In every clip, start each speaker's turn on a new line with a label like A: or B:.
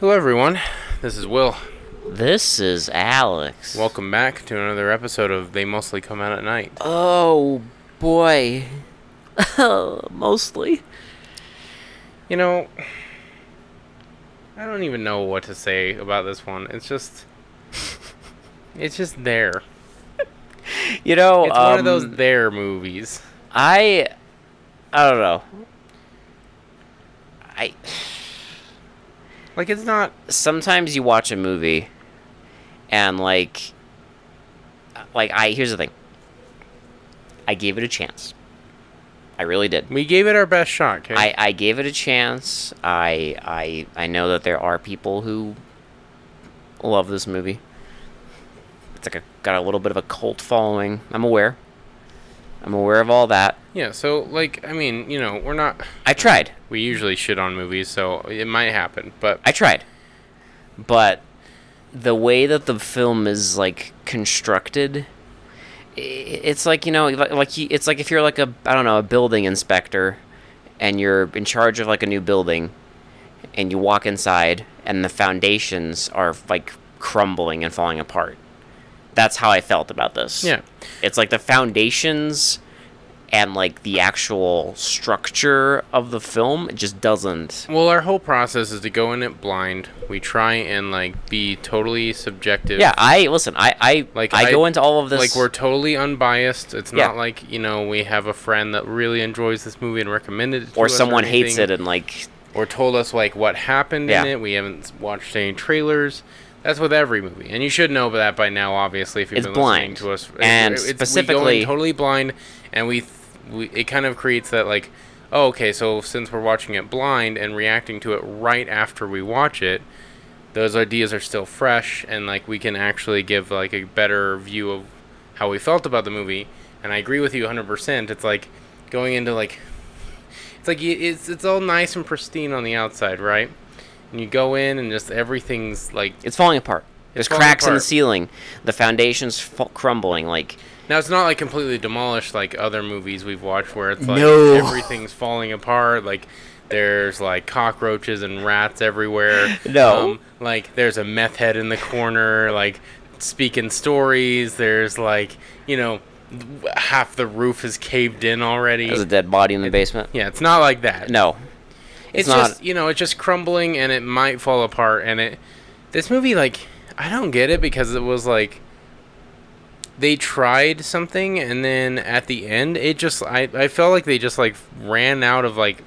A: Hello, everyone. This is Will.
B: This is Alex.
A: Welcome back to another episode of They Mostly Come Out at Night.
B: Oh boy. Mostly.
A: You know, I don't even know what to say about this one. It's just. It's just there.
B: You know,
A: It's one of
B: um,
A: those there movies.
B: I I don't know. I
A: Like, it's not.
B: sometimes you watch a movie and like like I here's the thing. I gave it a chance. I really did.
A: We gave it our best shot, okay?
B: I, I gave it a chance. I I I know that there are people who love this movie. It's like a, got a little bit of a cult following. I'm aware. I'm aware of all that.
A: yeah, so, like, I mean, you know, we're not.
B: I tried.
A: We usually shit on movies, so it might happen, but.
B: I tried. But the way that the film is like constructed i- it's like you know li- like you- it's like if you're like a I don't know a building inspector and you're in charge of like a new building and you walk inside and the foundations are like crumbling and falling apart. That's how I felt about this.
A: Yeah.
B: It's like the foundations and like the actual structure of the film it just doesn't.
A: Well, our whole process is to go in it blind. We try and, like, be totally subjective.
B: Yeah, I listen. I I
A: Like,
B: like I,
A: I-
B: go into all of this.
A: like we're totally unbiased. It's
B: Yeah.
A: not like you know we have a friend that really enjoys this movie and recommended it, to
B: or
A: us
B: someone hates it
A: anything,
B: and like
A: or told us like what happened
B: Yeah.
A: in it. We haven't s- watched any trailers. That's with every movie, and you should know that by now. Obviously, if you've
B: It's
A: been
B: blind.
A: listening to us,
B: And
A: we go in
B: specifically-
A: totally blind, and we, th- we it kind of creates that like, oh, okay, so since we're watching it blind and reacting to it right after we watch it, those ideas are still fresh and like we can actually give like a better view of how we felt about the movie and i agree with you 100% it's like going into like it's like y- it's it's all nice and pristine on the outside right and you go in and just everything's like
B: it's falling apart. There's
A: falling
B: cracks in the
A: apart.
B: ceiling. The foundation's fa- crumbling. Like
A: now it's not like completely demolished like other movies we've watched where it's like
B: No.
A: everything's falling apart like there's like cockroaches and rats everywhere Um,
B: No.
A: like there's a meth head in the corner like speaking stories there's like you know half the roof is caved in already
B: there's a dead body in the basement.
A: yeah it's not like that
B: No,
A: it's,
B: it's not-
A: just you know it's just crumbling and it might fall apart and it this movie like i don't get it because it was like they tried something and then at the end it just i, I felt like they just like ran out of like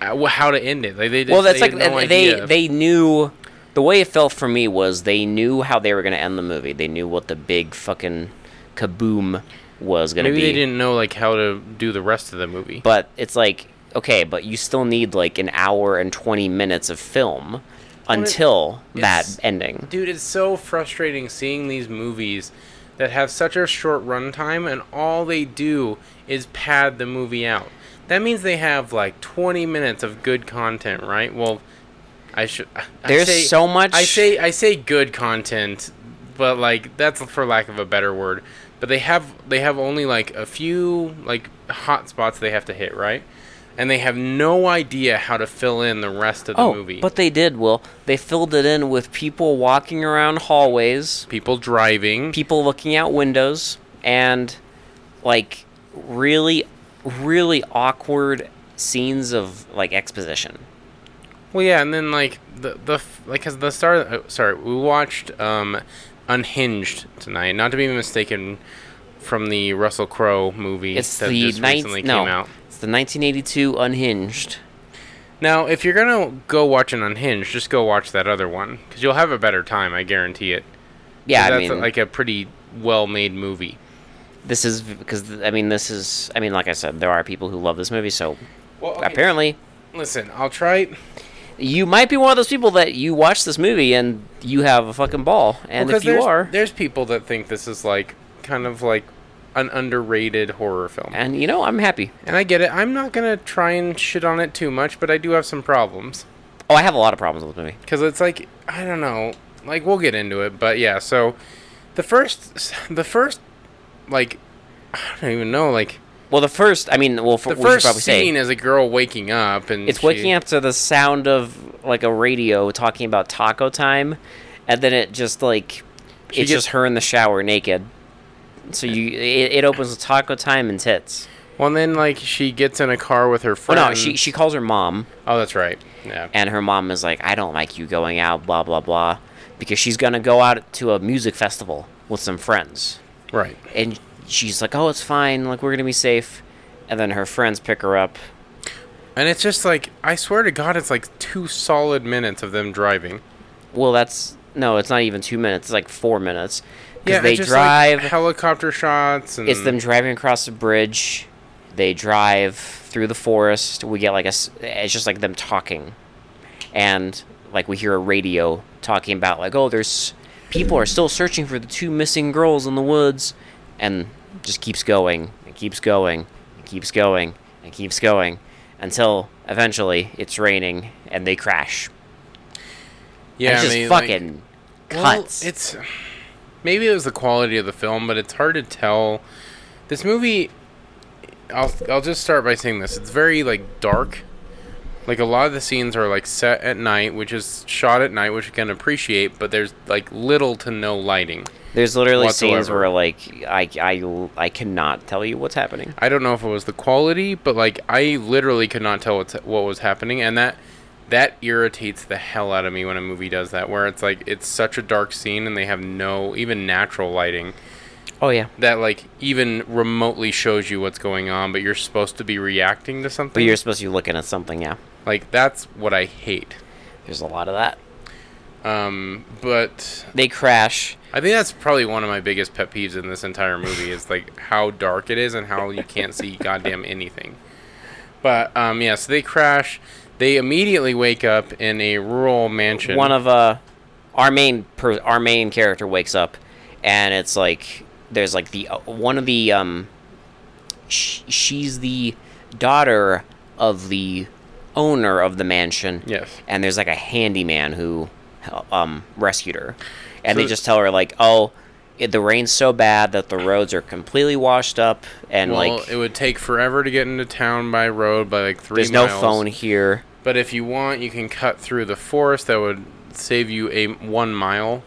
A: uh, wh- how to end it like they
B: well,
A: just-
B: that's like
A: they had no
B: uh, they
A: idea.
B: they knew. The way it felt for me was they knew how they were going to end the movie. They knew what the big fucking kaboom was going to be.
A: maybe they didn't know like how to do the rest of the movie
B: but it's like okay but you still need like an hour and 20 minutes of film until
A: it's-
B: that ending
A: Dude, it's so frustrating seeing these movies that have such a short runtime and all they do is pad the movie out. That means they have like 20 minutes of good content, right? Well, I should. I- I
B: There's
A: say-
B: so much-
A: I say I say good content, but like that's for lack of a better word. But they have they have only like a few like hot spots they have to hit, right? And they have no idea how to fill in the rest of the
B: oh
A: movie.
B: but they did will they filled it in with people walking around hallways
A: people driving,
B: people looking out windows and like really really awkward scenes of like exposition
A: Well, yeah, and then like the the f- like cause the start. Oh, sorry, we watched um, Unhinged tonight. Not to be mistaken from the Russell Crowe movie
B: it's
A: that
B: the
A: just
B: ninth
A: recently
B: no
A: came out.
B: it's the 1982 unhinged
A: Now, if you're gonna go watch an Unhinged, just go watch that other one because you'll have a better time. I guarantee it. 'Cause
B: yeah i
A: that's
B: mean
A: like a pretty well-made movie.
B: this is because I mean this is I mean like I said there are people who love this movie so
A: Well,
B: apparently
A: listen, I'll try.
B: you might be one of those people that you watch this movie and you have a fucking ball and
A: Well, 'cause
B: if you
A: there's-
B: are
A: there's people that think this is like kind of like an underrated horror film.
B: and you know I'm happy
A: And I get it. I'm not gonna try and shit on it too much, but I do have some problems
B: oh I have a lot of problems with the movie
A: because it's like I don't know. Like we'll get into it, but yeah. So the first, the first, like I don't even know. Like
B: well the first I mean well
A: the
B: for, we should
A: first
B: probably
A: scene
B: say
A: is a girl waking up, and
B: it's waking up to the sound of like a radio talking about taco time, and then it just like
A: She gets-
B: it's just her in the shower naked. So you it, it opens with taco time and tits.
A: Well, and then like she gets in a car with her
B: Oh
A: friend.
B: no, she she calls her mom,
A: Oh, that's right. Yeah.
B: and her mom is like, "I don't like you going out, blah blah blah," because she's gonna go out to a music festival with some friends.
A: Right.
B: and she's like, "Oh, it's fine. Like we're gonna be safe." And then her friends pick her up.
A: And it's just like I swear to God, it's like two solid minutes of them driving.
B: Well, that's no, it's not even two minutes. It's like four minutes because
A: and
B: they
A: just, like, Hmm.
B: drive.
A: helicopter shots and
B: it's them driving across the bridge. They drive through the forest. We get like a. s- It's just like them talking, and like we hear a radio talking about like, "Oh, there's people are still searching for the two missing girls in the woods," and just keeps going and keeps going and keeps going and keeps going until eventually it's raining and they crash.
A: Yeah,
B: it's
A: I
B: just
A: mean, like-
B: fucking
A: Well,
B: cuts.
A: it's maybe it was the quality of the film, but it's hard to tell. This movie, I'll I'll just start by saying this: it's very like dark. Like a lot of the scenes are like set at night, which is shot at night, which you can appreciate. But there's like little to no lighting.
B: There's literally scenes
A: whatsoever.
B: where like I, I I cannot tell you what's happening.
A: I don't know if it was the quality, but like I literally could not tell what's, what was happening, and that that irritates the hell out of me when a movie does that, where it's like it's such a dark scene and they have no even natural lighting
B: Oh yeah.
A: that like even remotely shows you what's going on, but you're supposed to be reacting to
B: But
A: something.
B: you're supposed to be looking at something, yeah.
A: like that's what I hate.
B: There's a lot of that.
A: Um, but
B: They crash.
A: I think that's probably one of my biggest pet peeves in this entire movie is like how dark it is and how you can't see goddamn anything. But um, yeah, so they crash. They immediately wake up in a rural mansion.
B: One of uh, our main per- our main character wakes up, and it's like there's like the uh, one of the um, sh- she's the daughter of the owner of the mansion.
A: yes,
B: and there's like a handyman who um, rescued her, and they
A: So-
B: just tell her like, "Oh, it, the rain's so bad that the roads are completely washed up, and
A: well,
B: like
A: it would take forever to get into town by road by like three.
B: there's
A: miles.
B: no phone here."
A: But if you want, you can cut through the forest. That would save you a one mile.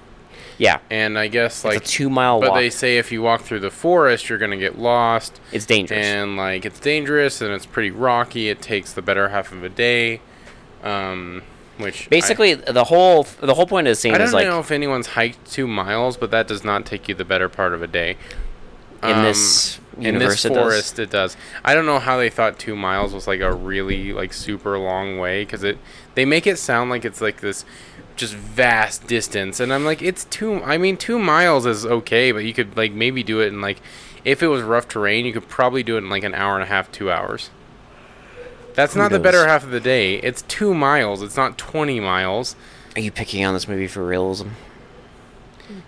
B: Yeah,
A: And I guess
B: it's
A: like,
B: a two mile
A: but
B: walk.
A: they say if you walk through the forest, you're gonna get lost,
B: it's dangerous.
A: and like it's dangerous and it's pretty rocky. It takes the better half of a day. Um, which I-
B: Basically, the whole the whole point of the scene
A: I,
B: is
A: don't
B: like
A: know if anyone's hiked two miles, but that does not take you the better part of a day.
B: in this
A: um, in this
B: universe, it does.
A: forest it does. I don't know how they thought two miles was like a really like super long way because it they make it sound like it's like this just vast distance, and I'm like it's two. I mean two miles is okay, but you could like maybe do it in like if it was rough terrain, you could probably do it in like an hour and a half, two hours. That's not the
B: knows?
A: better half of the day. It's two miles. It's not twenty miles.
B: Are you picking on this movie for realism?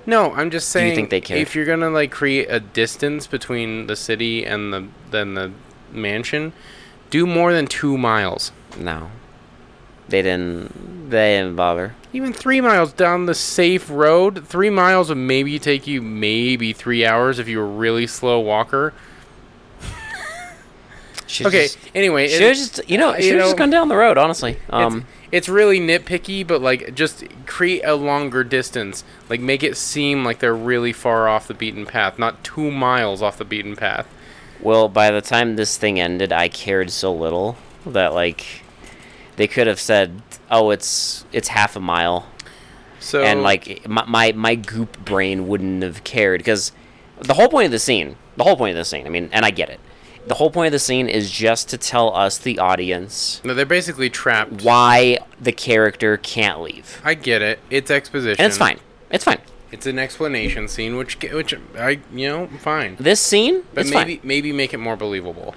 A: No, I'm just
B: you
A: saying.
B: think they cared?
A: If you're gonna like create a distance between the city and the then the mansion, do more than two miles.
B: No, they didn't. They didn't bother.
A: Even three miles down the safe road. Three miles would maybe take you maybe three hours if you were a really slow walker.
B: Should've
A: Okay.
B: just-
A: Anyway,
B: Should
A: it,
B: have just, you know,
A: you
B: should have
A: know,
B: just gone down the road. Honestly, um,
A: it's, it's really nitpicky, but like just create a longer distance. Like make it seem like they're really far off the beaten path, not two miles off the beaten path.
B: Well, by the time this thing ended, I cared so little that like they could have said, "Oh, it's it's half a mile,"
A: So
B: and like my my, my goop brain wouldn't have cared because the whole point of the scene, the whole point of the scene. I mean, and I get it. The whole point of the scene is just to tell us the audience
A: no, they're basically trapped.
B: why the character can't leave,
A: I get it. It's exposition.
B: and it's fine. It's fine.
A: It's an explanation scene, which ca- which I you know fine,
B: This scene,
A: but
B: it's
A: maybe
B: fine.
A: maybe make it more believable.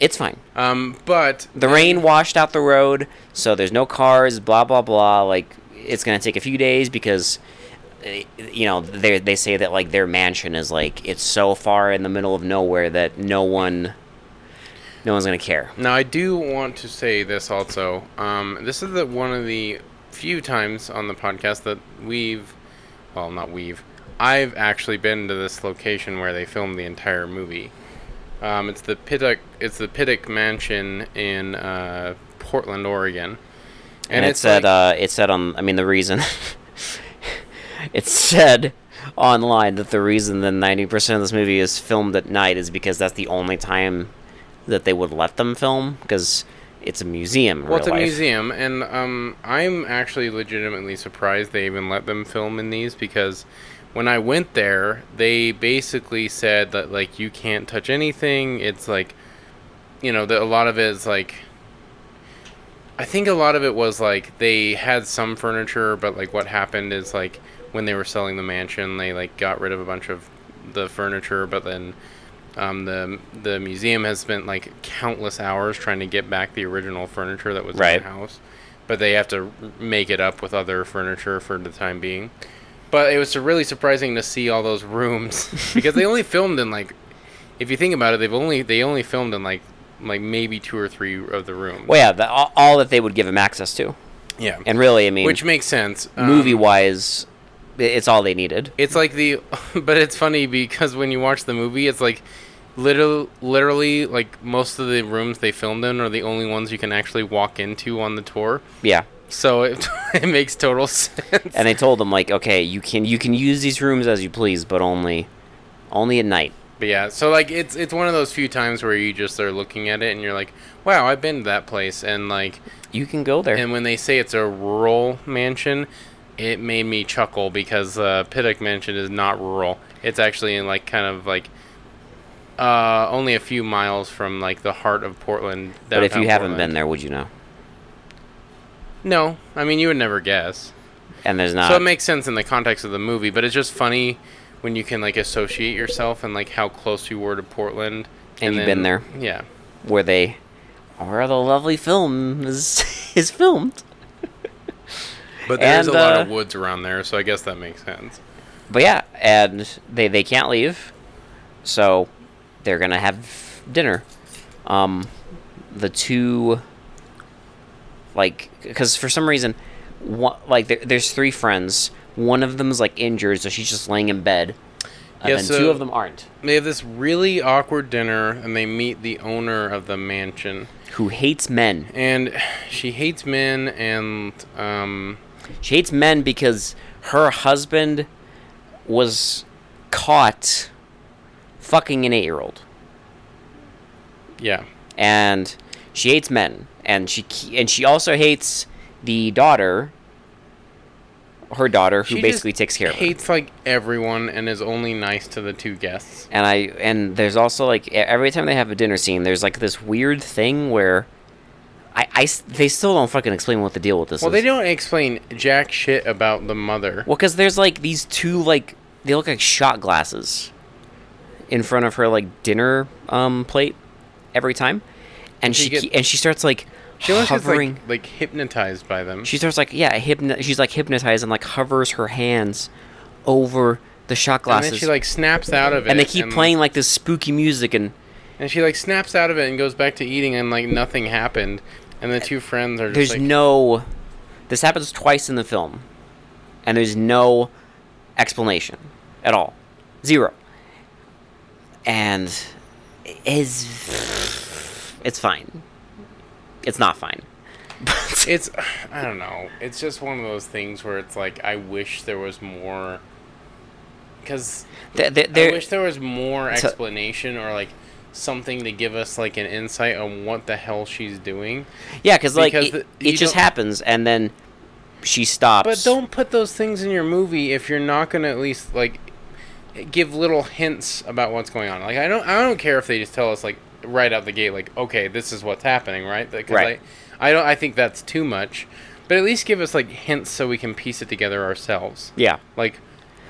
B: It's fine.
A: Um, but
B: the rain washed out the road, so there's no cars, blah blah blah. Like it's gonna take a few days because, eh, you know, they they say that like their mansion is like it's so far in the middle of nowhere that no one, no one's gonna care.
A: now I do want to say this also. Um, this is the one of the few times on the podcast that we've, well, not we've, I've actually been to this location where they filmed the entire movie. Um, it's the Pittock, it's the Pittock Mansion in uh, Portland, Oregon.
B: and, it said uh, it said on I mean the reason it said online that the reason that ninety percent of this movie is filmed at night is because that's the only time that they would let them film because it's a museum. in
A: well, it's a
B: real life.
A: museum, and um, I'm actually legitimately surprised they even let them film in these because when I went there, they basically said that like you can't touch anything. It's like, you know, that a lot of it is like. I think a lot of it was like they had some furniture, but like what happened is like when they were selling the mansion, they like got rid of a bunch of the furniture, but then um, the the museum has spent like countless hours trying to get back the original furniture that was
B: Right.
A: in the house, but they have to r- make it up with other furniture for the time being. But it was really surprising to see all those rooms because they only filmed in like, if you think about it, they've only they only filmed in like like maybe two or three of the rooms.
B: Well, yeah, the, all, all that they would give him access to,
A: yeah,
B: and really, I mean,
A: which makes sense. Um,
B: movie wise, it's all they needed.
A: It's like the, but it's funny because when you watch the movie, it's like, literally, literally, like most of the rooms they filmed in are the only ones you can actually walk into on the tour.
B: Yeah.
A: So it, it makes total sense.
B: and they told them like, okay, you can you can use these rooms as you please, but only only at night.
A: But yeah, so like it's it's one of those few times where you just are looking at it and you're like, wow, I've been to that place, and like,
B: You can go there.
A: and when they say it's a rural mansion, it made me chuckle because uh, Piddock Mansion is not rural. It's actually in like kind of like uh, only a few miles from like the heart of Portland.
B: but if you
A: downtown
B: haven't been
A: Portland.
B: there, would you know?
A: no, I mean you would never guess.
B: And there's not.
A: so it makes sense in the context of the movie, but it's just funny when you can like associate yourself and like how close you were to Portland.
B: And you've been there.
A: Yeah.
B: where they where the lovely film is is filmed.
A: But there's
B: And,
A: a lot
B: uh,
A: of woods around there, so I guess that makes sense.
B: But yeah, and they they can't leave, so they're gonna have dinner. Um, the two like because for some reason, one like there, there's three friends. One of them's like injured, so she's just laying in bed, and
A: Yeah,
B: then
A: so-
B: two of them aren't.
A: They have this really awkward dinner, and they meet the owner of the mansion,
B: Who hates men?
A: and she hates men, and um,
B: She hates men because her husband was caught fucking an eight year old.
A: yeah,
B: And she hates men. And she ke- and she also hates the daughter, her daughter, who
A: She
B: basically
A: just
B: takes care of her.
A: hates like everyone, and is only nice to the two guests.
B: And I and there's also like e- every time they have a dinner scene, there's like this weird thing where I, I s- they still don't fucking explain what the deal with this
A: Well,
B: is.
A: they don't explain jack shit about the mother.
B: Well, because there's like these two like they look like shot glasses in front of her like dinner um plate every time, and
A: She
B: she
A: get-
B: ke- and she starts like
A: She almost gets
B: hovering.
A: like, like hypnotized by them.
B: she starts like yeah, hypno- she's like hypnotized and like hovers her hands over the shot
A: and
B: glasses,
A: then she like snaps out of it,
B: and they keep
A: and-
B: playing like this spooky music and
A: And she like snaps out of it and goes back to eating, and like nothing happened. And the two friends are
B: there's
A: just like,
B: no this happens twice in the film and there's no explanation at all zero and it is it's fine it's not fine but
A: it's i don't know it's just one of those things where it's like i wish there was more because
B: th- th-
A: i
B: there-
A: wish there was more
B: So-
A: explanation or like something to give us like an insight on what the hell she's doing
B: yeah cause, like
A: because
B: it,
A: the-
B: it
A: you
B: just
A: don't-
B: happens and then she stops
A: but don't put those things in your movie if you're not gonna at least like give little hints about what's going on like i don't i don't care if they just tell us like right out the gate like okay this is what's happening right because
B: Right.
A: I, I don't i think that's too much but at least give us like hints so we can piece it together ourselves
B: yeah
A: like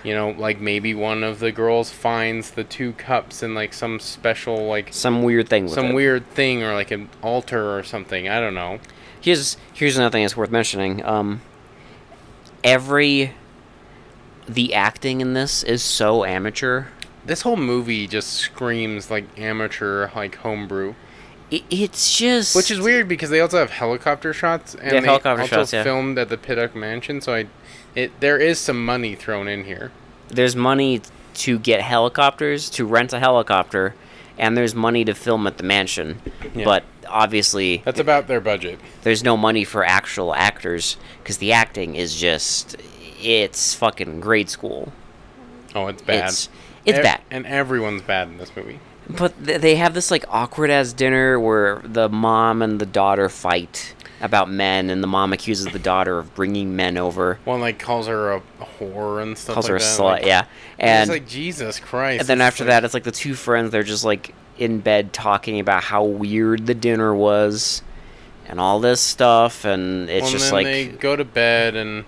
A: you know like maybe one of the girls finds the two cups in like some special like
B: some weird thing with
A: some
B: it.
A: weird thing or like an altar or something i don't know
B: here's here's another thing that's worth mentioning. Um, every the acting in this is so amateur.
A: this whole movie just screams like amateur like homebrew
B: It, it's just
A: which is weird because they also have helicopter shots and
B: They have
A: they
B: helicopter
A: also
B: shots, yeah.
A: filmed at the Piddock mansion so i it there is some money thrown in here
B: There's money to get helicopters to rent a helicopter, and there's money to film at the mansion.
A: Yeah.
B: But obviously
A: That's about their budget.
B: there's no money for actual actors because the acting is just it's fucking grade school.
A: Oh, it's bad.
B: It's it's
A: E-
B: bad.
A: And everyone's bad in this movie.
B: But th- they have this like awkward ass dinner where the mom and the daughter fight about men, and the mom accuses the daughter of bringing men over,
A: One like calls her a whore and stuff
B: calls
A: like
B: her a
A: that.
B: slut,
A: like-
B: yeah.
A: And it's
B: And
A: like Jesus Christ.
B: and then
A: it's
B: after
A: like-
B: that, it's like the two friends they're just like in bed talking about how weird the dinner was, and all this stuff, and
A: well,
B: it's
A: and
B: just
A: then
B: like
A: they go to bed and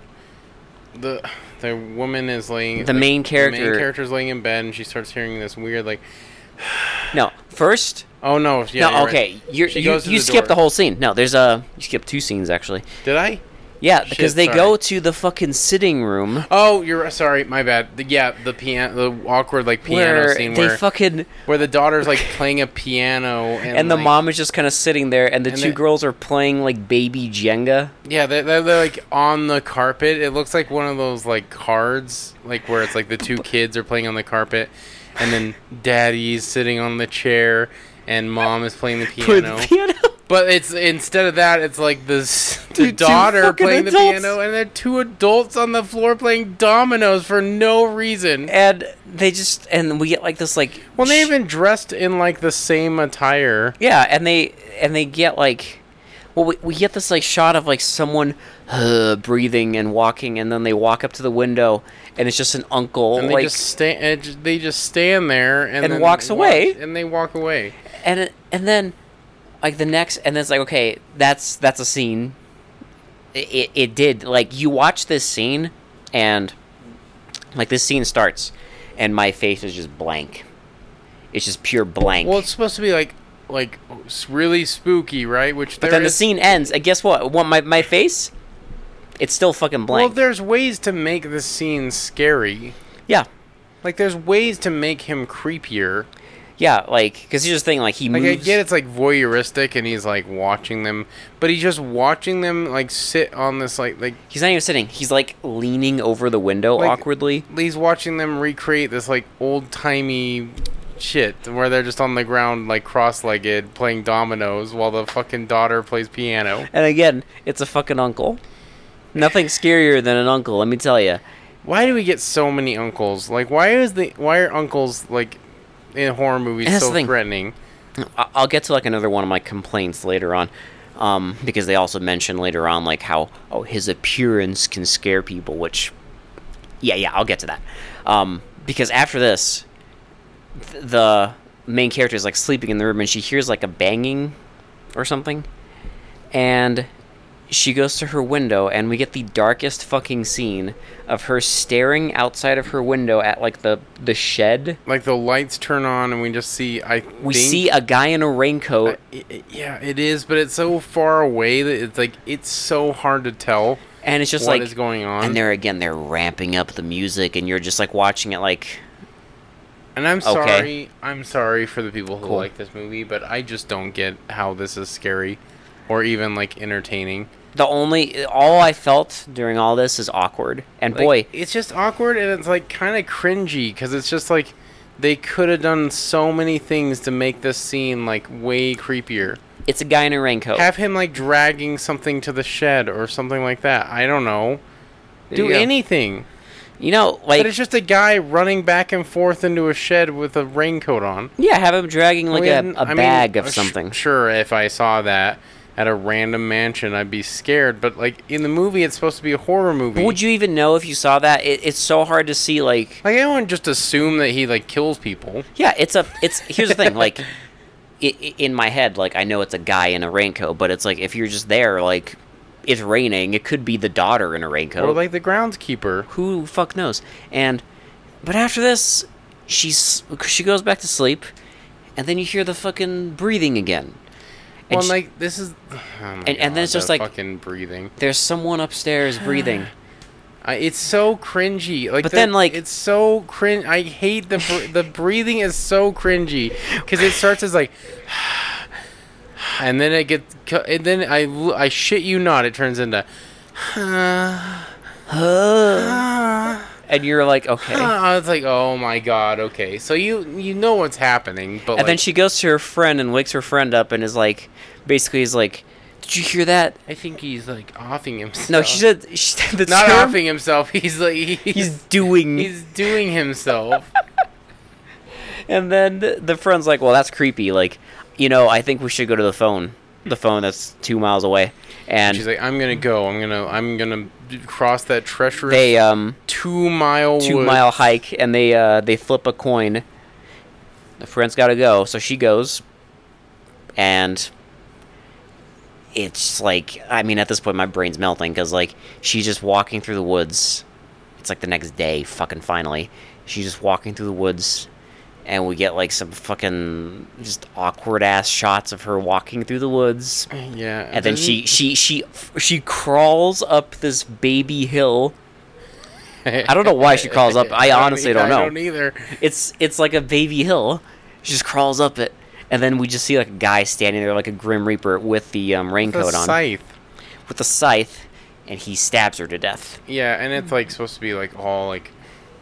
A: the the woman is laying
B: The main
A: the
B: character-
A: main character's laying in bed and she starts hearing this weird like
B: no first.
A: oh no yeah
B: no,
A: you're right.
B: okay. You're,
A: She
B: you
A: goes to
B: you
A: the
B: skip
A: door.
B: the whole scene. No, there's a you skip two scenes actually.
A: did I
B: Yeah, because
A: Shit,
B: they
A: sorry.
B: go to the fucking sitting room
A: oh you're sorry my bad the, yeah the piano the awkward like piano
B: where
A: scene
B: they
A: where
B: fucking
A: where the daughter's like playing a piano and,
B: and the
A: like-
B: mom is just kind of sitting there, and the
A: And
B: two
A: the-
B: girls are playing like baby Jenga.
A: yeah they're, they're, they're like on the carpet it looks like one of those like cards like where it's like the two kids are playing on the carpet and then daddy's sitting on the chair and mom is playing the piano
B: piano.
A: But it's instead of that, it's like this the
B: Dude, two
A: daughter
B: fucking
A: playing
B: adults.
A: the piano, and then two adults on the floor playing dominoes for no reason.
B: And they just and we get like this like
A: Well, they
B: sh-
A: even dressed in like the same attire.
B: yeah, and they and they get like well we, we get this like shot of like someone uh, breathing and walking, and then they walk up to the window, and it's just an uncle
A: And they
B: like
A: just stand. They just stand there and,
B: And
A: then
B: walks
A: watch-
B: away.
A: And they walk away.
B: and it- and then like the next and then it's like okay that's that's a scene it, it, it did like you watch this scene and like this scene starts and my face is just blank it's just pure blank
A: Well, it's supposed to be like like s- really spooky, right? Which
B: but
A: there
B: then the
A: is-
B: scene ends and guess what what my, my face it's still fucking
A: Well,
B: blank
A: there's ways to make the scene scary.
B: yeah
A: Like there's ways to make him creepier.
B: yeah like because here's the thing like he
A: Like I
B: moves
A: get it's like voyeuristic and he's like watching them, but he's just watching them like sit on this like like
B: he's not even sitting he's like leaning over the window
A: Like-
B: awkwardly
A: he's watching them recreate this like old timey shit where they're just on the ground like cross legged playing dominoes while the fucking daughter plays piano.
B: And again, it's a fucking uncle. Nothing scarier than an uncle, let me tell you.
A: Why do we get so many uncles? Like why is the why are uncles like in horror movies
B: That's the
A: so
B: thing.
A: threatening?
B: I'll get to like another one of my complaints later on, um, because they also mention later on like how oh his appearance can scare people, which yeah yeah I'll get to that, um, because after this, th- the main character is like sleeping in the room and she hears like a banging or something, and she goes to her window and we get the darkest fucking scene of her staring outside of her window at like the the shed.
A: Like the lights turn on and we just see I
B: We
A: think-
B: see a guy in a raincoat.
A: I- I- yeah, it is, but it's so far away that it's like it's so hard to tell
B: and it's
A: what
B: just
A: is
B: like
A: going on.
B: and they're again they're ramping up the music and you're just like watching it like
A: And I'm
B: okay.
A: sorry, I'm sorry for the people who
B: Cool.
A: like this movie, but I just don't get how this is scary or even like entertaining.
B: the only all i felt during all this is awkward and
A: Like,
B: boy
A: it's just awkward and it's like kind of cringy because it's just like they could have done so many things to make this scene like way creepier.
B: it's a guy in a raincoat
A: Have him like dragging something to the shed or something like that. I don't know.
B: There
A: Do
B: you go.
A: anything.
B: you know
A: But
B: like
A: it's just a guy running back and forth into a shed with a raincoat on.
B: yeah have him dragging like
A: We
B: a,
A: hadn't-
B: a
A: Oh, I mean,
B: bag of
A: uh, sh-
B: something
A: sure, if I saw that at a random mansion, I'd be scared. But like in the movie, it's supposed to be a horror movie.
B: But would you even know if you saw that it, it's so hard to see like
A: Like I wouldn't just assume that he like kills people.
B: yeah it's a it's here's the thing like i i in my head like i know it's a guy in a raincoat but it's like if you're just there like it's raining it could be the daughter in a raincoat
A: Or like the groundskeeper.
B: who fuck knows and but after this she's she goes back to sleep and then you hear the fucking breathing again and
A: Well,
B: she-
A: like this is, oh my
B: and then
A: God,
B: it's just
A: that
B: like-
A: fucking breathing.
B: there's someone upstairs breathing
A: I, it's so cringy. Like,
B: But
A: the-
B: then, like-
A: it's so cringe. I hate the br- the breathing is so cringy because it starts as like, and then it gets, cu- and then I l- I shit you not, it turns into.
B: and and you're like, okay.
A: I was like, oh my god, okay. So you you know what's happening, but
B: And then
A: like,
B: she goes to her friend and wakes her friend up and is like, basically is like, did you hear that?
A: I think he's like offing himself.
B: No, she said she said the
A: not
B: term.
A: offing himself. He's like he's
B: He's
A: he's,
B: doing,
A: doing himself.
B: and then the, the friend's like, well, that's creepy. Like, you know, I think we should go to the phone, the phone that's two miles away, and
A: She's like, I'm gonna go. I'm gonna I'm gonna d- cross that treacherous
B: they um
A: two mile
B: two
A: wood.
B: mile hike and they uh they flip a coin. The friend's got to go, so she goes, and it's like I mean at this point my brain's melting because like she's just walking through the woods. It's like the next day, fucking finally, she's just walking through the woods, and we get like some fucking just awkward ass shots of her walking through the woods
A: Yeah.
B: and then she she she she crawls up this baby hill. I don't know why she crawls up. I honestly don't
A: I don't
B: know.
A: either.
B: It's it's like a baby hill. She just crawls up it, and then we just see like a guy standing there like a grim reaper with the um,
A: The
B: raincoat on,
A: scythe.
B: with the scythe, and he stabs her to death.
A: Yeah, and it's like supposed to be like all like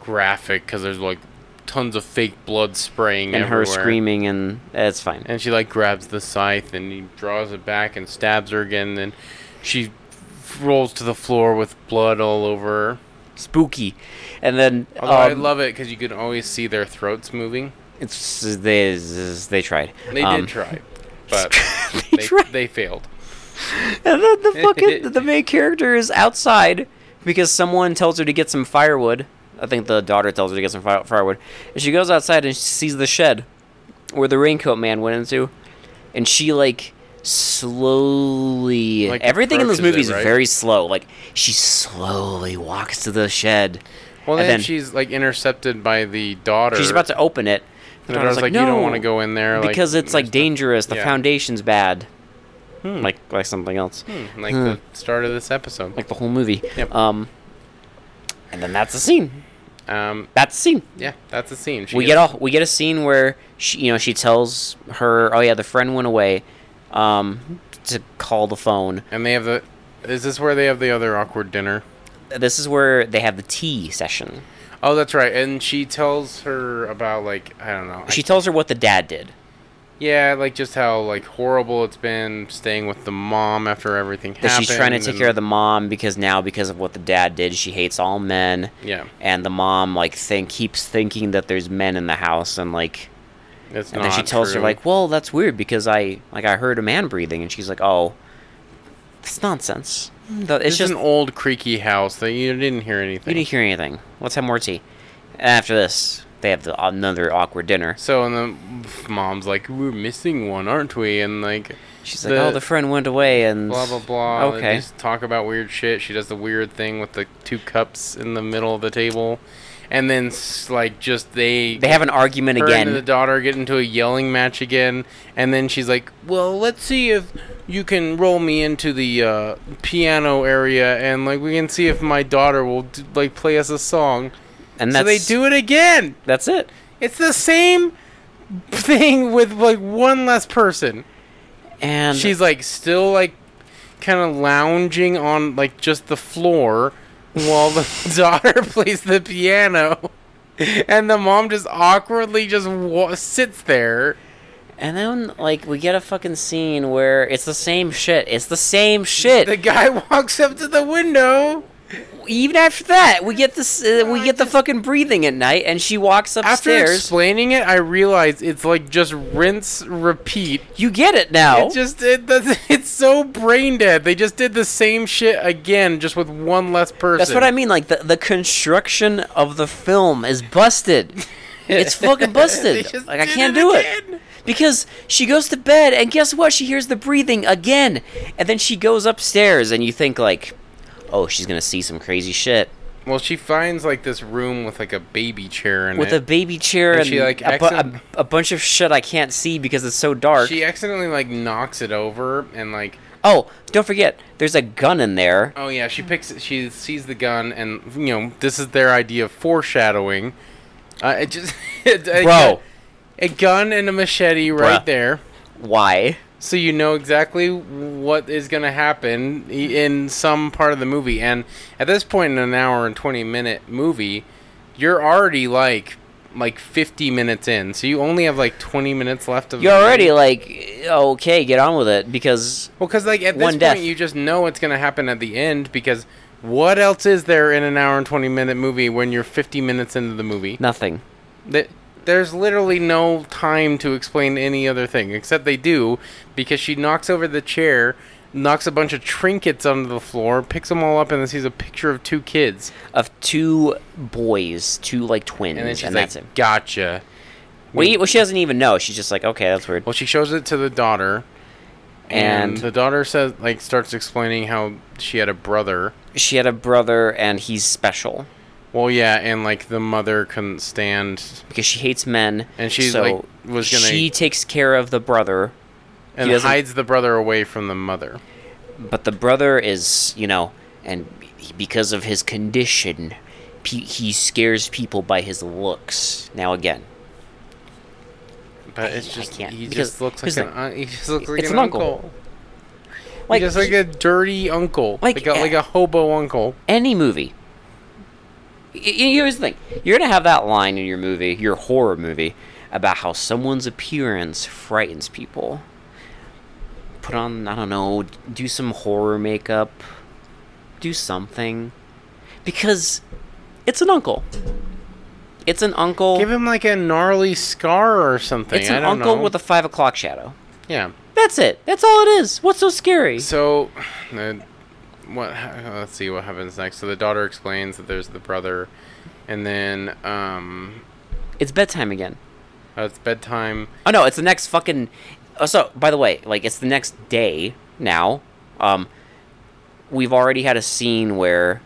A: graphic because there's like tons of fake blood spraying
B: And
A: everywhere.
B: her screaming, and it's fine.
A: And she like grabs the scythe and he draws it back and stabs her again. And then she f- rolls to the floor with blood all over. her.
B: Spooky, and then
A: Although I
B: um,
A: love it because you can always see their throats moving.
B: it's they they tried.
A: They
B: Um,
A: did try, but
B: they
A: they,
B: tried.
A: they failed.
B: And then the fucking the main character is outside because someone tells her to get some firewood. I think the daughter tells her to get some fire- firewood. And she goes outside and she sees the shed where the raincoat man went into, and she like slowly
A: Like,
B: everything in this
A: approaches
B: movie is
A: it, right?
B: very slow. Like she slowly walks to the shed.
A: Well,
B: and
A: then,
B: then
A: she's like intercepted by the daughter.
B: she's about to open it.
A: And the daughter's like, "You don't want to go in there
B: because
A: like,
B: it's like
A: there's
B: dangerous. The
A: Yeah. Hmm.
B: foundation's bad. Like like something else.
A: nothing," Hmm, Like the start of this episode.
B: like the whole movie.
A: Yep.
B: Um, and then that's the scene.
A: Um,
B: That's the scene.
A: yeah, that's the scene. She
B: we
A: gets-
B: get all we get a scene where she, you know, she tells her, "Oh yeah, the friend went away," um, to call the phone.
A: and they have the. Is this where they have the other awkward dinner?
B: This is where they have the tea session.
A: Oh, that's right. And she tells her about like I don't know. I-
B: She tells her what the dad did.
A: yeah, like just how like horrible it's been staying with the mom after everything
B: That
A: happened.
B: she's trying to take
A: and-
B: care of the mom because now, because of what the dad did, she hates all men.
A: Yeah,
B: And the mom like think keeps thinking that there's men in the house and like
A: that's
B: And
A: not.
B: then she tells
A: true.
B: her like, "Well, that's weird because I like I heard a man breathing," and she's like, "Oh, it's nonsense. Th- It's
A: "It's just
B: just
A: an Hmm, old creaky house that you didn't hear
B: you
A: anything."
B: didn't hear anything. Let's have more tea." And after this, they have the, another awkward dinner.
A: so and the mom's like, "We're missing one, aren't we?" And like,
B: She's like, "Oh,
A: The-
B: the friend went away," and
A: blah blah blah. and
B: Okay.
A: They just talk about weird shit. She does the weird thing with the two cups in the middle of the table, and then s- like just they
B: They have an argument
A: her and the
B: again.
A: daughter get into a yelling match again, and then she's like, "Well, let's see if you can roll me into the uh, piano area, and like we can see if my daughter will d- like play us a song."
B: And
A: So
B: that's
A: they do it again.
B: That's it.
A: It's the same thing with like one less person.
B: And
A: She's like still like kind of lounging on like just the floor while the daughter plays the piano. And the mom just awkwardly just wa- sits there.
B: and then like we get a fucking scene where it's the same shit. It's the same shit.
A: The guy walks up to the window
B: Even after that, we get this. Uh, we
A: I
B: get the fucking breathing at night, and she walks
A: after
B: upstairs.
A: explaining it. I realize it's like just rinse, repeat.
B: you get it now.
A: It just it doesn't. It's so brain dead. They just did the same shit again, just with one less person.
B: That's what I mean. Like the, the construction of the film is busted. It's fucking
A: They
B: busted.
A: just
B: like I
A: did
B: can't
A: it
B: do
A: again.
B: it because she goes to bed and guess what? She hears the breathing again, and then she goes upstairs, and you think like, oh, she's gonna see some crazy shit
A: Well, she finds like this room with like a baby chair in
B: with
A: it.
B: a baby chair
A: And
B: and,
A: she, like,
B: a, bu-
A: accident-
B: a, a bunch of shit I can't see because it's so dark.
A: She accidentally like knocks it over and like
B: oh, don't forget, there's a gun in there.
A: oh yeah, she picks it, she sees the gun and you know, this is their idea of foreshadowing. Uh, it just it, a gun-
B: Bro,
A: a gun and a machete right
B: Bruh.
A: there.
B: why?
A: So you know exactly what is going to happen i- in some part of the movie and at this point in an hour and 20 minute movie you're already like like 50 minutes in, so you only have like 20 minutes left of.
B: You're
A: the
B: already
A: movie.
B: like, okay, get on with it because
A: well, because like at this
B: one
A: point
B: death.
A: you just know what's gonna happen at the end because what else is there in an hour and 20 minute movie when you're 50 minutes into the movie?
B: nothing.
A: Th- there's literally no time to explain any other thing except they do because she knocks over the chair. Knocks a bunch of trinkets onto the floor, picks them all up, and then sees a picture of two kids.
B: Of two boys, two like twins,
A: And
B: and,
A: then she's
B: that's it.
A: like, "Gotcha."
B: Well, he- well, she doesn't even know. She's just like, okay, that's weird.
A: Well, she shows it to the daughter, and,
B: And-
A: the daughter says, like, starts explaining how she had a brother.
B: She had a brother, and he's special
A: Well, yeah, and like the mother couldn't stand,
B: because she hates men.
A: and she
B: so
A: like was gonna
B: She takes care of the brother,
A: and
B: doesn't-
A: hides the brother away from the mother.
B: but the brother is, you know, and he- because of his condition, pe- he scares people by his looks. Now again,
A: But it's
B: I
A: just
B: can't,
A: he
B: because
A: just looks like
B: here's
A: an
B: the
A: un- he just looks like
B: It's
A: an
B: an uncle.
A: uncle. Like, just like a dirty uncle, like,
B: like,
A: a, like
B: uh,
A: a hobo uncle.
B: any movie. Y- y- Here's the thing: you're gonna have that line in your movie, your horror movie, about how someone's appearance frightens people. Put on, I don't know, do some horror makeup, do something, because it's an uncle. It's an uncle.
A: Give him like a gnarly scar or something.
B: it's
A: I
B: an
A: don't
B: uncle
A: know.
B: with a five o'clock shadow.
A: yeah.
B: That's it. That's all it is. What's so scary?
A: So, uh, what? uh, Let's see what happens next. So the daughter explains that there's the brother, and then um,
B: It's bedtime again.
A: uh, it's bedtime.
B: Oh no, it's the next fucking. Oh, so by the way, like it's the next day now. Um, we've already had a scene where.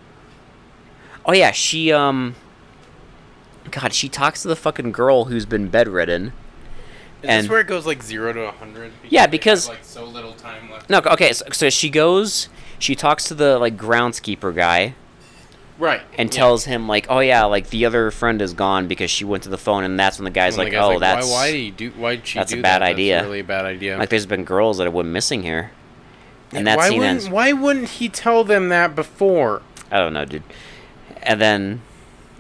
B: Oh yeah, she um. God, she talks to the fucking girl who's been bedridden.
A: Is
B: And-
A: this where it goes like zero to a hundred?
B: Yeah, because-
A: like so little time left.
B: No, okay, so, so she goes. She talks to the like groundskeeper guy
A: Right.
B: and
A: yeah.
B: tells him like, "Oh yeah, like the other friend is gone because she went to the phone." And that's when the guy's
A: When
B: like,
A: the guy's
B: "Oh, that's
A: why. Why do you do? Why'd she
B: that's a
A: do
B: bad
A: that?
B: idea."
A: That's a really bad idea.
B: like there's been girls that have been missing here." And that
A: why
B: scene
A: wouldn't
B: ends.
A: Why wouldn't he tell them that before?
B: I don't know, dude. And then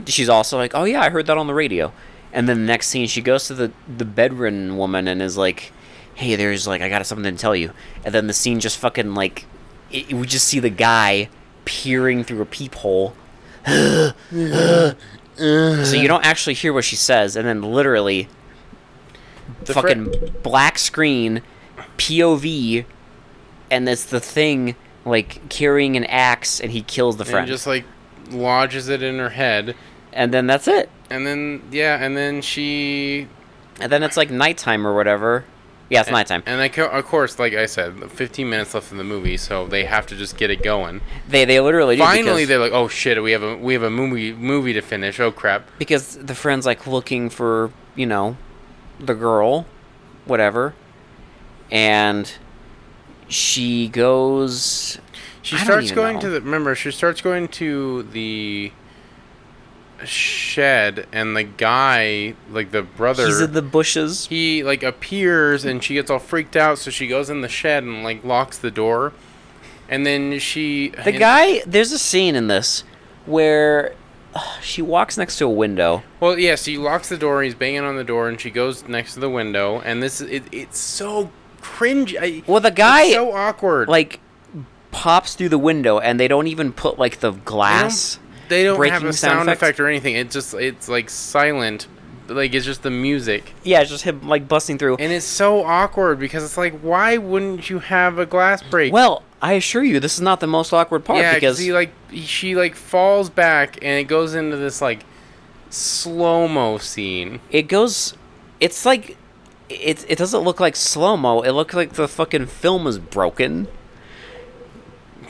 B: she's also like, "Oh yeah, I heard that on the radio." And then the next scene, she goes to the the bedridden woman and is like, "Hey, there's like I got something to tell you." And then the scene just fucking like it, we just see the guy peering through a peephole. so you don't actually hear what she says, and then literally
A: The fri-
B: fucking black screen, POV, and it's the thing like carrying an axe, and he kills the
A: and
B: friend,
A: just like lodges it in her head,
B: and then that's it.
A: and then yeah, and then she
B: And then it's like nighttime or whatever. Yeah,
A: Eh,
B: it's nighttime.
A: And I, co- of course, like I said, 15 minutes left in the movie, so they have to just get it going.
B: They they literally do
A: Finally,
B: because,
A: they're like, "Oh shit, we have a we have a movie movie to finish." Oh crap!
B: because the friend's like looking for you know, the girl, whatever, and she goes.
A: She
B: I don't
A: starts
B: even
A: going
B: know.
A: to the. Remember, she starts going to the shed, and the guy, like the brother,
B: He's in the bushes.
A: he like appears, and she gets all freaked out. So she goes in the shed and like locks the door, and then she
B: The guy. There's a scene in this where uh, she walks next to a window.
A: Well, yeah. So he locks the door. He's banging on the door, and she goes next to the window. And this is it, it's so cringe. I,
B: Well, the guy
A: it's so awkward.
B: like pops through the window, and they don't even put like the
A: they don't-
B: glass.
A: They don't have
B: breaking
A: a
B: sound
A: sound
B: effect.
A: effect. or anything. It just it's like silent. Like it's just the music,
B: Yeah, it's just him like busting through.
A: and it's so awkward because it's like, why wouldn't you have a glass break?
B: Well, I assure you, this is not the most awkward part
A: yeah,
B: because
A: he like he- she like falls back, and it goes into this like slow mo scene.
B: it goes. It's like it. It doesn't look like slow mo. It looks like the fucking film is broken.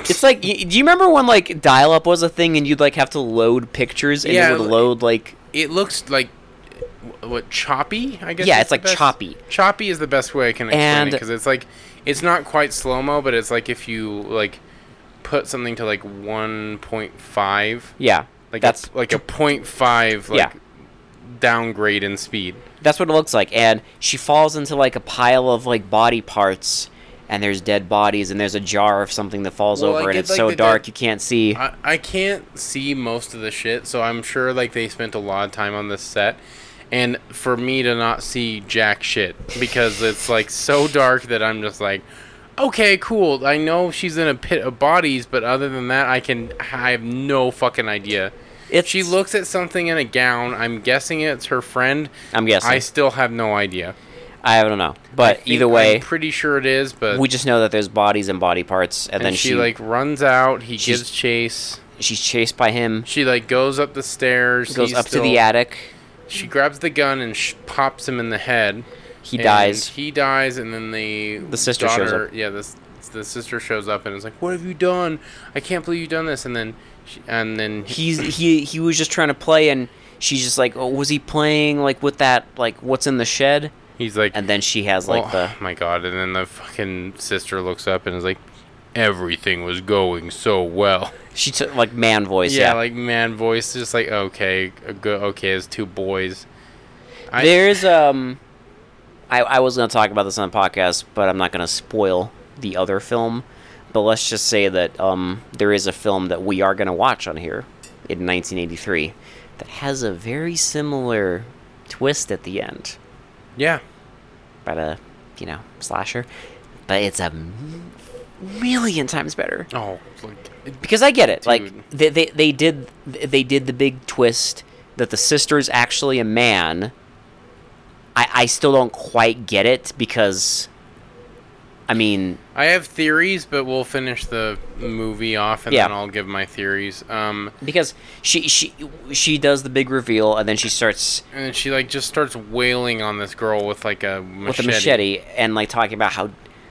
B: It's like, y- do you remember when like dial up was a thing and you'd like have to load pictures and
A: Yeah,
B: it would
A: like-
B: load like
A: It looks like wh- what choppy, I guess.
B: Yeah,
A: is
B: it's
A: the
B: like
A: best-
B: choppy.
A: Choppy is the best way I can explain it
B: And-
A: because it's like it's not quite slow mo, but it's like if you like put something to like one point five,
B: yeah.
A: like
B: that's
A: a, like a point five, like
B: Yeah.
A: downgrade in speed.
B: that's what it looks like and she falls into like a pile of like body parts and there's dead bodies and there's a jar of something that falls
A: Well, I
B: over and
A: get,
B: it's
A: like,
B: so
A: the
B: dark
A: dead-
B: you can't see.
A: I, I can't see most of the shit, so I'm sure like they spent a lot of time on this set. And for me to not see jack shit because it's like so dark that I'm just like, okay, cool. I know she's in a pit of bodies, but other than that, I can I have no fucking idea.
B: It's,
A: She looks at something in a gown. I'm guessing it's her friend.
B: I'm guessing.
A: I
B: I,
A: still have no idea.
B: don't know, but
A: I think-
B: Uh, either way,
A: I'm pretty sure it is. But
B: we just know that there's bodies and body parts, and,
A: and
B: then
A: she, like runs out. He
B: she's-
A: gives chase.
B: she's chased by him,
A: She like goes up the stairs.
B: goes
A: he's
B: up to
A: still-
B: the attic,
A: She grabs the gun and sh- pops him in the head.
B: he
A: and
B: dies.
A: He dies, and then the
B: The sister shows up.
A: Yeah, this the sister shows up and is like, "What have you done? I can't believe you've done this." And then, she, and then
B: He's he he was just trying to play, and she's just like, oh, was he playing like with that like what's in the shed?
A: he's like,
B: And then she has like
A: oh,
B: the
A: my god!" And then the fucking sister looks up and is like, "Everything was going so well."
B: she took like man voice.
A: Yeah,
B: Yeah,
A: like man voice, just like okay, a good, okay, it's two boys. I-
B: there's um, I I was gonna talk about this on the podcast, but I'm not gonna spoil the other film. But let's just say that um, there is a film that we are gonna watch on here in 1983 that has a very similar twist at the end.
A: Yeah,
B: about a you know slasher, but it's a m- million times better
A: oh, like,
B: because I get it.
A: Dude.
B: Like they, they they did they did the big twist that the sister is actually a man. I I still don't quite get it because, I mean,
A: I have theories, but we'll finish the movie off and
B: Yeah.
A: then I'll give my theories. Um,
B: because she she she does the big reveal and then she starts
A: and then she like just starts wailing on this girl with like a machete.
B: with a machete and like talking about how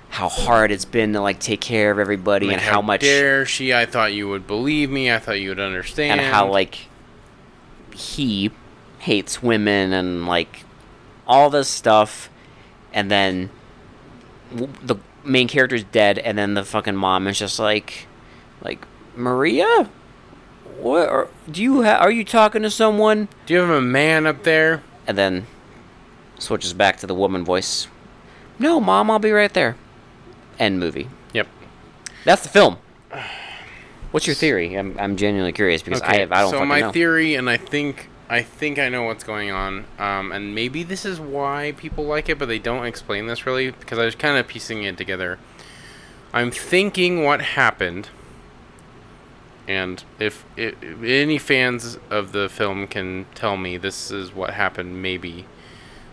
B: how hard it's been to like take care of everybody
A: Like,
B: and how much
A: dare she? I thought you would believe me. I thought you would understand.
B: and how like he hates women and like all this stuff and then w- the main character's dead and then the fucking mom is just like like maria what are, do you ha- are you talking to someone
A: do you have a man up there?
B: and then switches back to the woman voice no mom i'll be right there end movie
A: Yep.
B: that's the film what's your theory i'm, I'm genuinely curious because i have i don't
A: so
B: fucking
A: my
B: know
A: theory, and I think I think I know what's going on, um, and maybe this is why people like it, but they don't explain this really because I was kind of piecing it together. I'm thinking what happened, and if, i if any fans of the film can tell me this is what happened, maybe.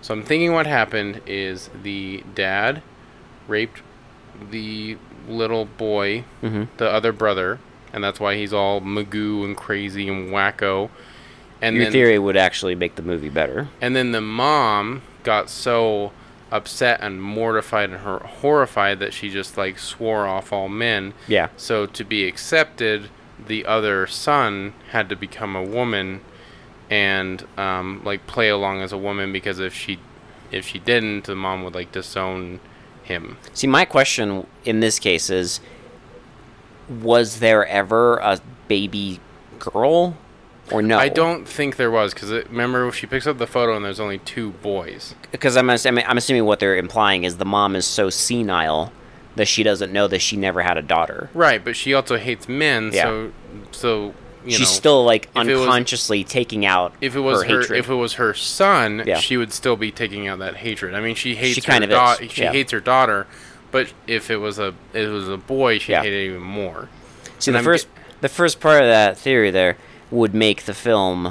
A: So I'm thinking what happened is the dad raped the little boy,
B: Mm-hmm.
A: the other brother, and that's why he's all magoo and crazy and wacko. And
B: Your
A: then,
B: theory would actually make the movie better.
A: and then the mom got so upset and mortified and hor- horrified that she just like swore off all men.
B: Yeah.
A: So to be accepted, the other son had to become a woman and um, like play along as a woman because if she if she didn't, the mom would like disown him.
B: See, my question in this case is was there ever a baby girl or no?
A: I don't think there was because remember she picks up the photo and there's only two boys.
B: because I'm, ass- I mean, I'm assuming what they're implying is the mom is so senile that she doesn't know that she never had a daughter.
A: Right, but she also hates men.
B: Yeah.
A: So so you
B: She's
A: know,
B: still like
A: if it was-
B: unconsciously taking out
A: if it was
B: her,
A: her,
B: hatred.
A: if it was her son,
B: Yeah.
A: she would still be taking out that hatred. I mean, she hates her
B: kind of
A: dau-
B: is,
A: she
B: yeah.
A: hates her daughter, but if it was a if it was a boy, she
B: Yeah.
A: hated it even more.
B: See,
A: and
B: the
A: I'm
B: first the first part of that theory there would make the film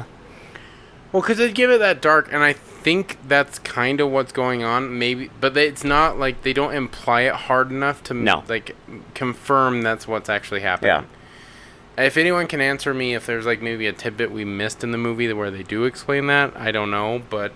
A: Well, because they give it that dark, and I think that's kind of what's going on. Maybe, but they, it's not like they don't imply it hard enough to
B: No.
A: like confirm that's what's actually happening. If anyone can answer me, if there's like maybe a tidbit we missed in the movie where they do explain that, I don't know, but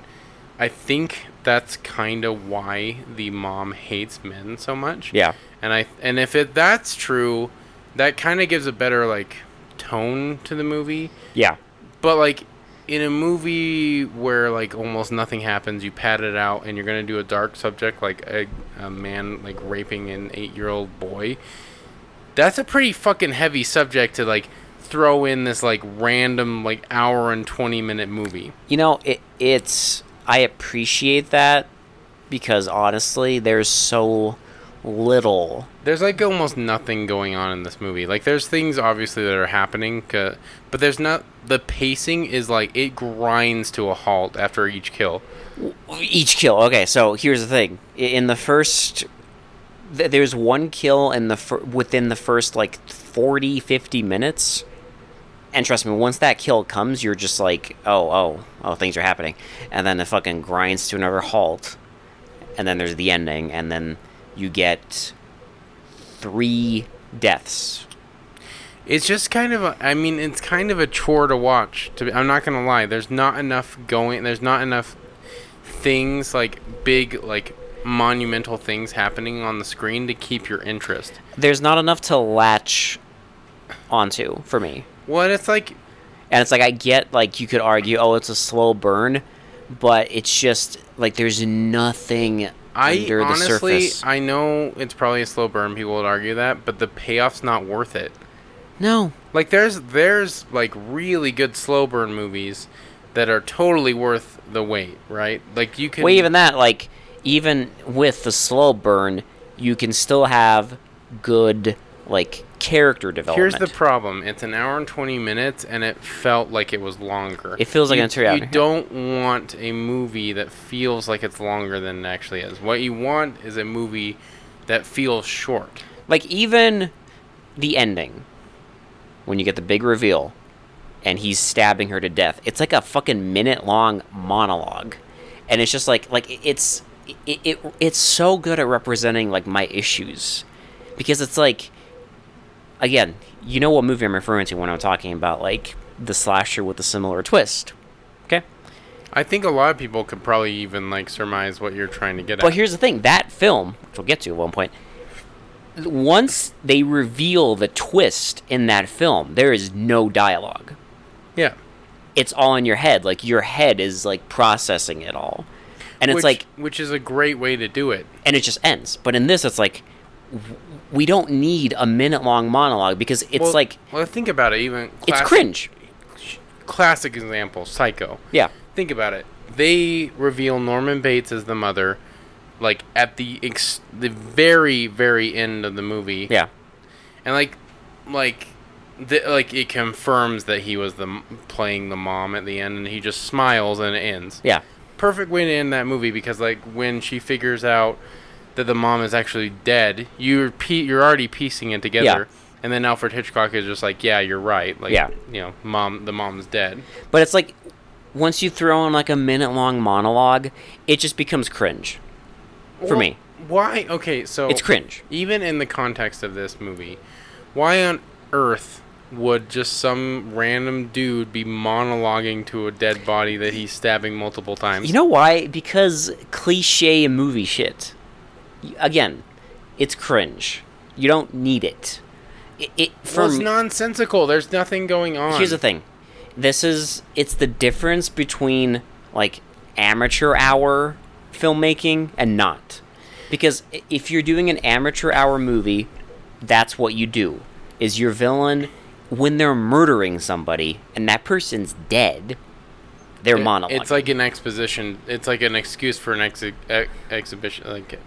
A: I think that's kind of why the mom hates men so much.
B: Yeah.
A: and I and if it that's true, that kind of gives a better like tone to the movie.
B: Yeah.
A: But like in a movie where like almost nothing happens, you pad it out, and you're gonna do a dark subject like a, a man like raping an eight-year-old boy. That's a pretty fucking heavy subject to like throw in this like random like hour and twenty minute movie.
B: You know, it, it's I appreciate that because honestly, there's so little.
A: There's like almost nothing going on in this movie. Like there's things obviously that are happening, ca- but there's not the pacing is like it grinds to a halt after each kill.
B: Each kill. Okay, so here's the thing. I- In the first th- there's one kill in the fir- within the first like 40 50 minutes. And trust me, once that kill comes, you're just like, "Oh, oh, oh, things are happening." And then it fucking grinds to another halt. And then there's the ending and then you get three deaths.
A: It's just kind of a, I mean it's kind of a chore to watch. To be, I'm not gonna lie. There's not enough going. There's not enough things like big like monumental things happening on the screen to keep your interest.
B: There's not enough to latch onto for me.
A: Well, it's like
B: And it's like I get like you could argue, oh, it's a slow burn, but it's just like there's nothing
A: I
B: under the
A: honestly,
B: surface.
A: I know it's probably a slow burn. People would argue that, but the payoff's not worth it.
B: no,
A: Like there's there's like really good slow burn movies that are totally worth the wait, right? Like you can
B: well, even that, like even with the slow burn, you can still have good like character
A: Here's
B: development.
A: the problem. It's an hour and 20 minutes and it felt like it was longer.
B: It feels like
A: you,
B: an entire hour,
A: You
B: yeah.
A: don't want a movie that feels like it's longer than it actually is. What you want is a movie that feels short.
B: like even the ending when you get the big reveal and he's stabbing her to death it's like a fucking minute long monologue and it's just like like it's it, it it's so good at representing like my issues because it's like again you know what movie i'm referring to when i'm talking about like the slasher with a similar twist okay
A: I think a lot of people could probably even like surmise what you're trying to get
B: But
A: at.
B: here's the thing: that film, which we'll get to at one point, once they reveal the twist in that film, there is no dialogue.
A: yeah.
B: It's all in your head. Like your head is like processing it all, and it's
A: which,
B: like,
A: which is a great way to do it.
B: and it just ends. But in this, it's like w- we don't need a minute long monologue because it's
A: Well-
B: like
A: well, think about it. Even
B: it's
A: classic-
B: cringe.
A: Classic example: Psycho.
B: Yeah,
A: Think about it. They reveal Norman Bates as the mother, like at the ex- the very very end of the movie.
B: yeah.
A: and like like the, like it confirms that he was the m- playing the mom at the end, and he just smiles and it ends.
B: Yeah.
A: perfect way to end that movie because like when she figures out that the mom is actually dead, you're pe- you're already piecing it together. And then Alfred Hitchcock is just like, yeah, you're right. Like,
B: Yeah.
A: you know, mom, the mom's dead.
B: But it's like once you throw in like a minute long monologue, it just becomes cringe. For
A: Well,
B: me,
A: why? Okay, so
B: it's cringe.
A: Even in the context of this movie, why on earth would just some random dude be monologuing to a dead body that he's stabbing multiple times?
B: You know why? Because cliche movie shit. Y- Again, it's cringe. You don't need it. It, it for
A: well, it's
B: me-
A: nonsensical. There's nothing going on.
B: here's the thing. This is it's the difference between like amateur hour filmmaking and not. Because i- if you're doing an amateur hour movie, that's what you do. Is your villain when they're murdering somebody and that person's dead, they're monologuing.
A: It's like an exposition. It's like an excuse for an exi- ex- exhibition. Like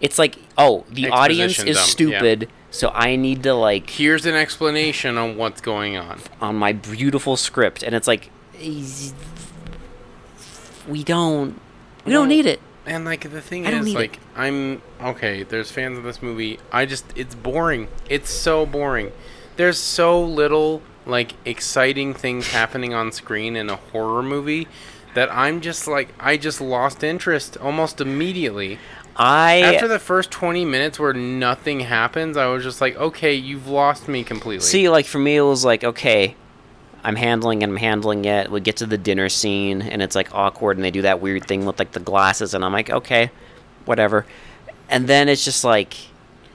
B: it's like oh the audience
A: Exposition
B: is
A: dump, yeah.
B: stupid so i need to like
A: here's an explanation on what's going on.
B: on my beautiful script and it's like easy- we don't we
A: Well,
B: don't need it
A: And like the thing
B: I don't
A: is,
B: need it.
A: like I'm okay. There's fans of this movie. I just it's boring. It's so boring. There's so little like exciting things happening on screen in a horror movie that I'm just like I just lost interest almost immediately.
B: i
A: After the first 20 minutes where nothing happens, I was just like, okay, you've lost me completely.
B: see like for me it was like okay i'm handling it i'm handling it we get to the dinner scene and it's like awkward and they do that weird thing with like the glasses and i'm like okay whatever and then it's just like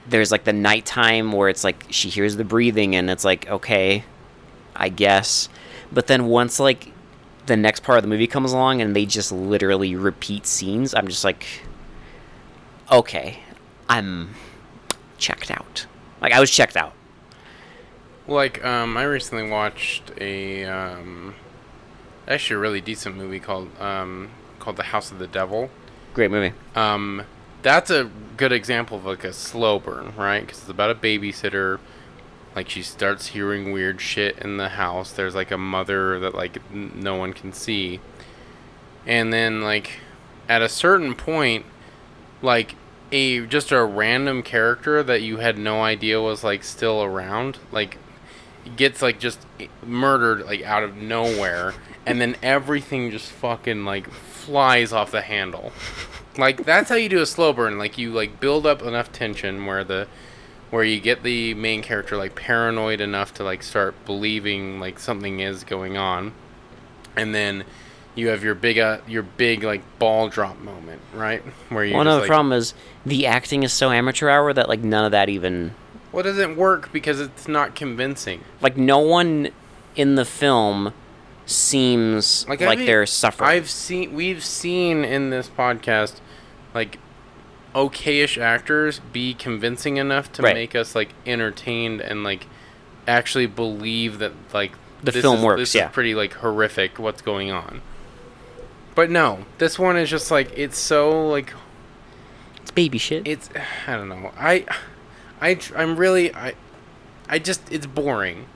B: there's like the nighttime where it's like she hears the breathing and it's like okay i guess but then once like the next part of the movie comes along and they just literally repeat scenes i'm just like okay i'm checked out like i was checked out
A: Like, um, I recently watched a um, actually a really decent movie called um, called The House of the Devil.
B: great movie
A: Um, that's a good example of like a slow burn, right? Because it's about a babysitter. Like she starts hearing weird shit in the house. There's like a mother that like n- no one can see, and then like at a certain point, like a just a random character that you had no idea was like still around, like gets like just murdered like out of nowhere, and then everything just fucking like flies off the handle like that's how you do a slow burn like you like build up enough tension where the where you get the main character like paranoid enough to like start believing like something is going on and then you have your big uh, your big like ball drop moment right where you
B: Well,
A: just,
B: no, the
A: like,
B: problem is the acting is so amateur hour that like none of that even
A: well it doesn't work because it's not convincing
B: like no one in the film seems like,
A: Like, I mean,
B: they're suffering.
A: I've seen we've seen in this podcast like okayish actors be convincing enough to
B: Right.
A: make us like entertained and like actually believe that like
B: The
A: this
B: film
A: is,
B: works,
A: This
B: yeah.
A: is pretty like horrific. What's going on? But no, this one is just like it's so like
B: it's baby shit.
A: it's I don't know I I tr- I'm really I I just it's boring.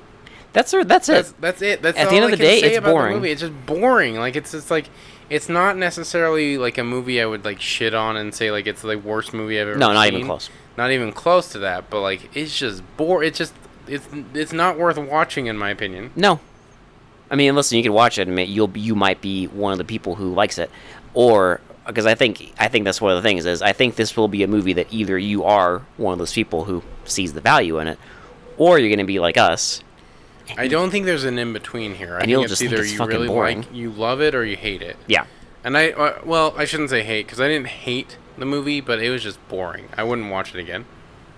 B: that's a, that's
A: That's
B: it.
A: that's it. That's
B: At the
A: all
B: end of
A: I
B: the
A: can
B: day,
A: say
B: it's
A: about
B: boring.
A: The movie. It's just boring. Like it's just like it's not necessarily like a movie I would like shit on and say like it's the worst movie I've ever.
B: No, not even
A: seen.
B: close.
A: Not even close to that. But like it's just bore. It's just it's it's not worth watching in my opinion.
B: No, I mean, listen, you can watch it and ma- you'll you might be one of the people who likes it, or because I think I think that's one of the things is I think this will be a movie that either you are one of those people who sees the value in it, or you're going to be like us.
A: I don't think there's an in between here. I
B: And you'll
A: think it's
B: just think
A: either
B: it's
A: you
B: fucking
A: really
B: boring.
A: like you love it or you hate it.
B: Yeah,
A: And I uh, well I shouldn't say hate because I didn't hate the movie, but it was just boring. I wouldn't watch it again.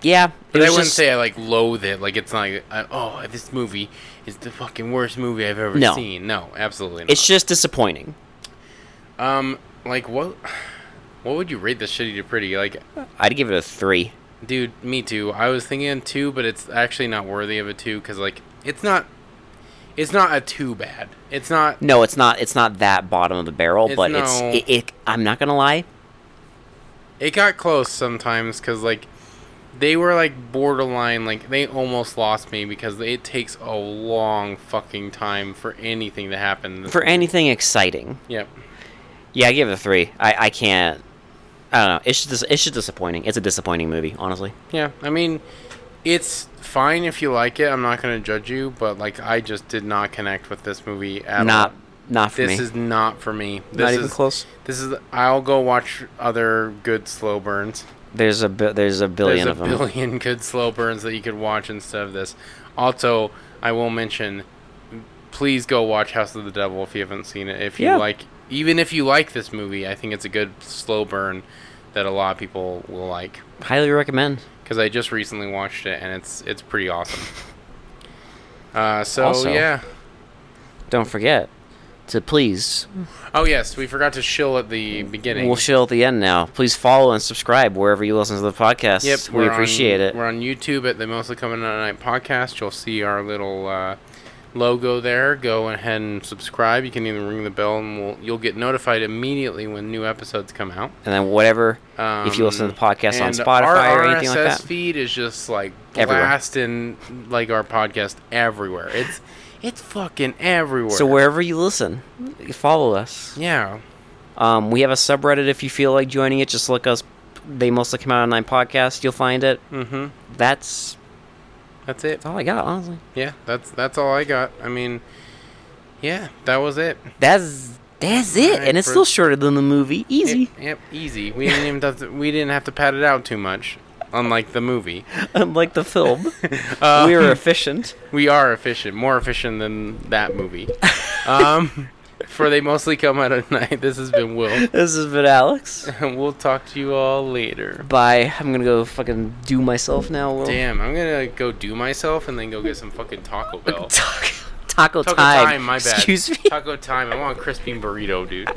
B: yeah. it
A: But I
B: was
A: wouldn't
B: just-
A: say I like loathe it. Like it's not like I, oh this movie is the fucking worst movie I've ever
B: No.
A: seen. No, absolutely not.
B: it's just disappointing.
A: um like what what would you rate this shitty to pretty? Like
B: I'd give it a three.
A: dude, me too. I was thinking a two, but it's actually not worthy of a two because like it's not it's not a too bad. It's not
B: No, it's not. It's not that bottom of the barrel,
A: It's
B: but it's.
A: no-
B: It, it, I'm not gonna lie.
A: it got close sometimes because like they were like borderline like they almost lost me because it takes a long fucking time for anything to happen.
B: For anything exciting,
A: yep.
B: yeah, I give it a three. I, I can't. I don't know. It's just it's just disappointing. It's a disappointing movie, honestly.
A: Yeah, I mean, it's fine if you like it. I'm not gonna judge you, but like, I just did not connect with this movie at
B: Not
A: all.
B: not for
A: This
B: me.
A: is not for me. This
B: not
A: is,
B: even close.
A: This is. I'll go watch other good slow burns.
B: There's a bi- there's a billion
A: There's
B: of
A: a
B: them.
A: billion good slow burns that you could watch instead of this. Also, I will mention, please go watch House of the Devil if you haven't seen it. If you
B: Yeah.
A: like, even if you like this movie, I think it's a good slow burn that a lot of people will like
B: Highly recommend.
A: because I just recently watched it and it's it's pretty awesome. Uh, so
B: Also-
A: yeah.
B: Don't forget to please.
A: Oh yes, we forgot to shill at the beginning.
B: We'll chill at the end now. Please follow and subscribe wherever you listen to the podcast.
A: yep,
B: we
A: we're
B: appreciate
A: on,
B: it.
A: We're on YouTube at the Mostly Coming Out at Night podcast. You'll see our little uh, logo there. Go ahead and subscribe. You can even ring the bell and we'll, you'll get notified immediately when new episodes come out.
B: And then whatever,
A: Um,
B: if you listen to the podcast on
A: and
B: Spotify
A: our
B: or anything like
A: RSS
B: that.
A: feed is just like
B: Everywhere.
A: blasting like our podcast everywhere. It's it's fucking everywhere.
B: So wherever you listen, follow us.
A: yeah.
B: Um, we have a subreddit if you feel like joining it. Just look us. They mostly come out on Nine Podcast. You'll find it.
A: Mm-hmm.
B: That's
A: That's it.
B: that's all I got, honestly.
A: Yeah, that's that's all I got. I mean, yeah, that was it.
B: That's that's it,
A: Alright,
B: and it's
A: for-
B: still shorter than the movie. Easy,
A: Yep, yep, easy. We didn't even have to, we didn't have to pad it out too much, unlike the movie.
B: unlike the film.
A: Uh,
B: we were efficient.
A: we are efficient, more efficient than that movie. Um, for they mostly come out at night. This has been Will,
B: This has been Alex.
A: and we'll talk to you all later.
B: Bye. I'm gonna go fucking do myself now. Will.
A: Damn, I'm gonna go do myself and then go get some fucking Taco Bell.
B: Taco, taco
A: Taco
B: time.
A: time, my bad.
B: Excuse me.
A: Taco time. I want a crispy burrito, dude.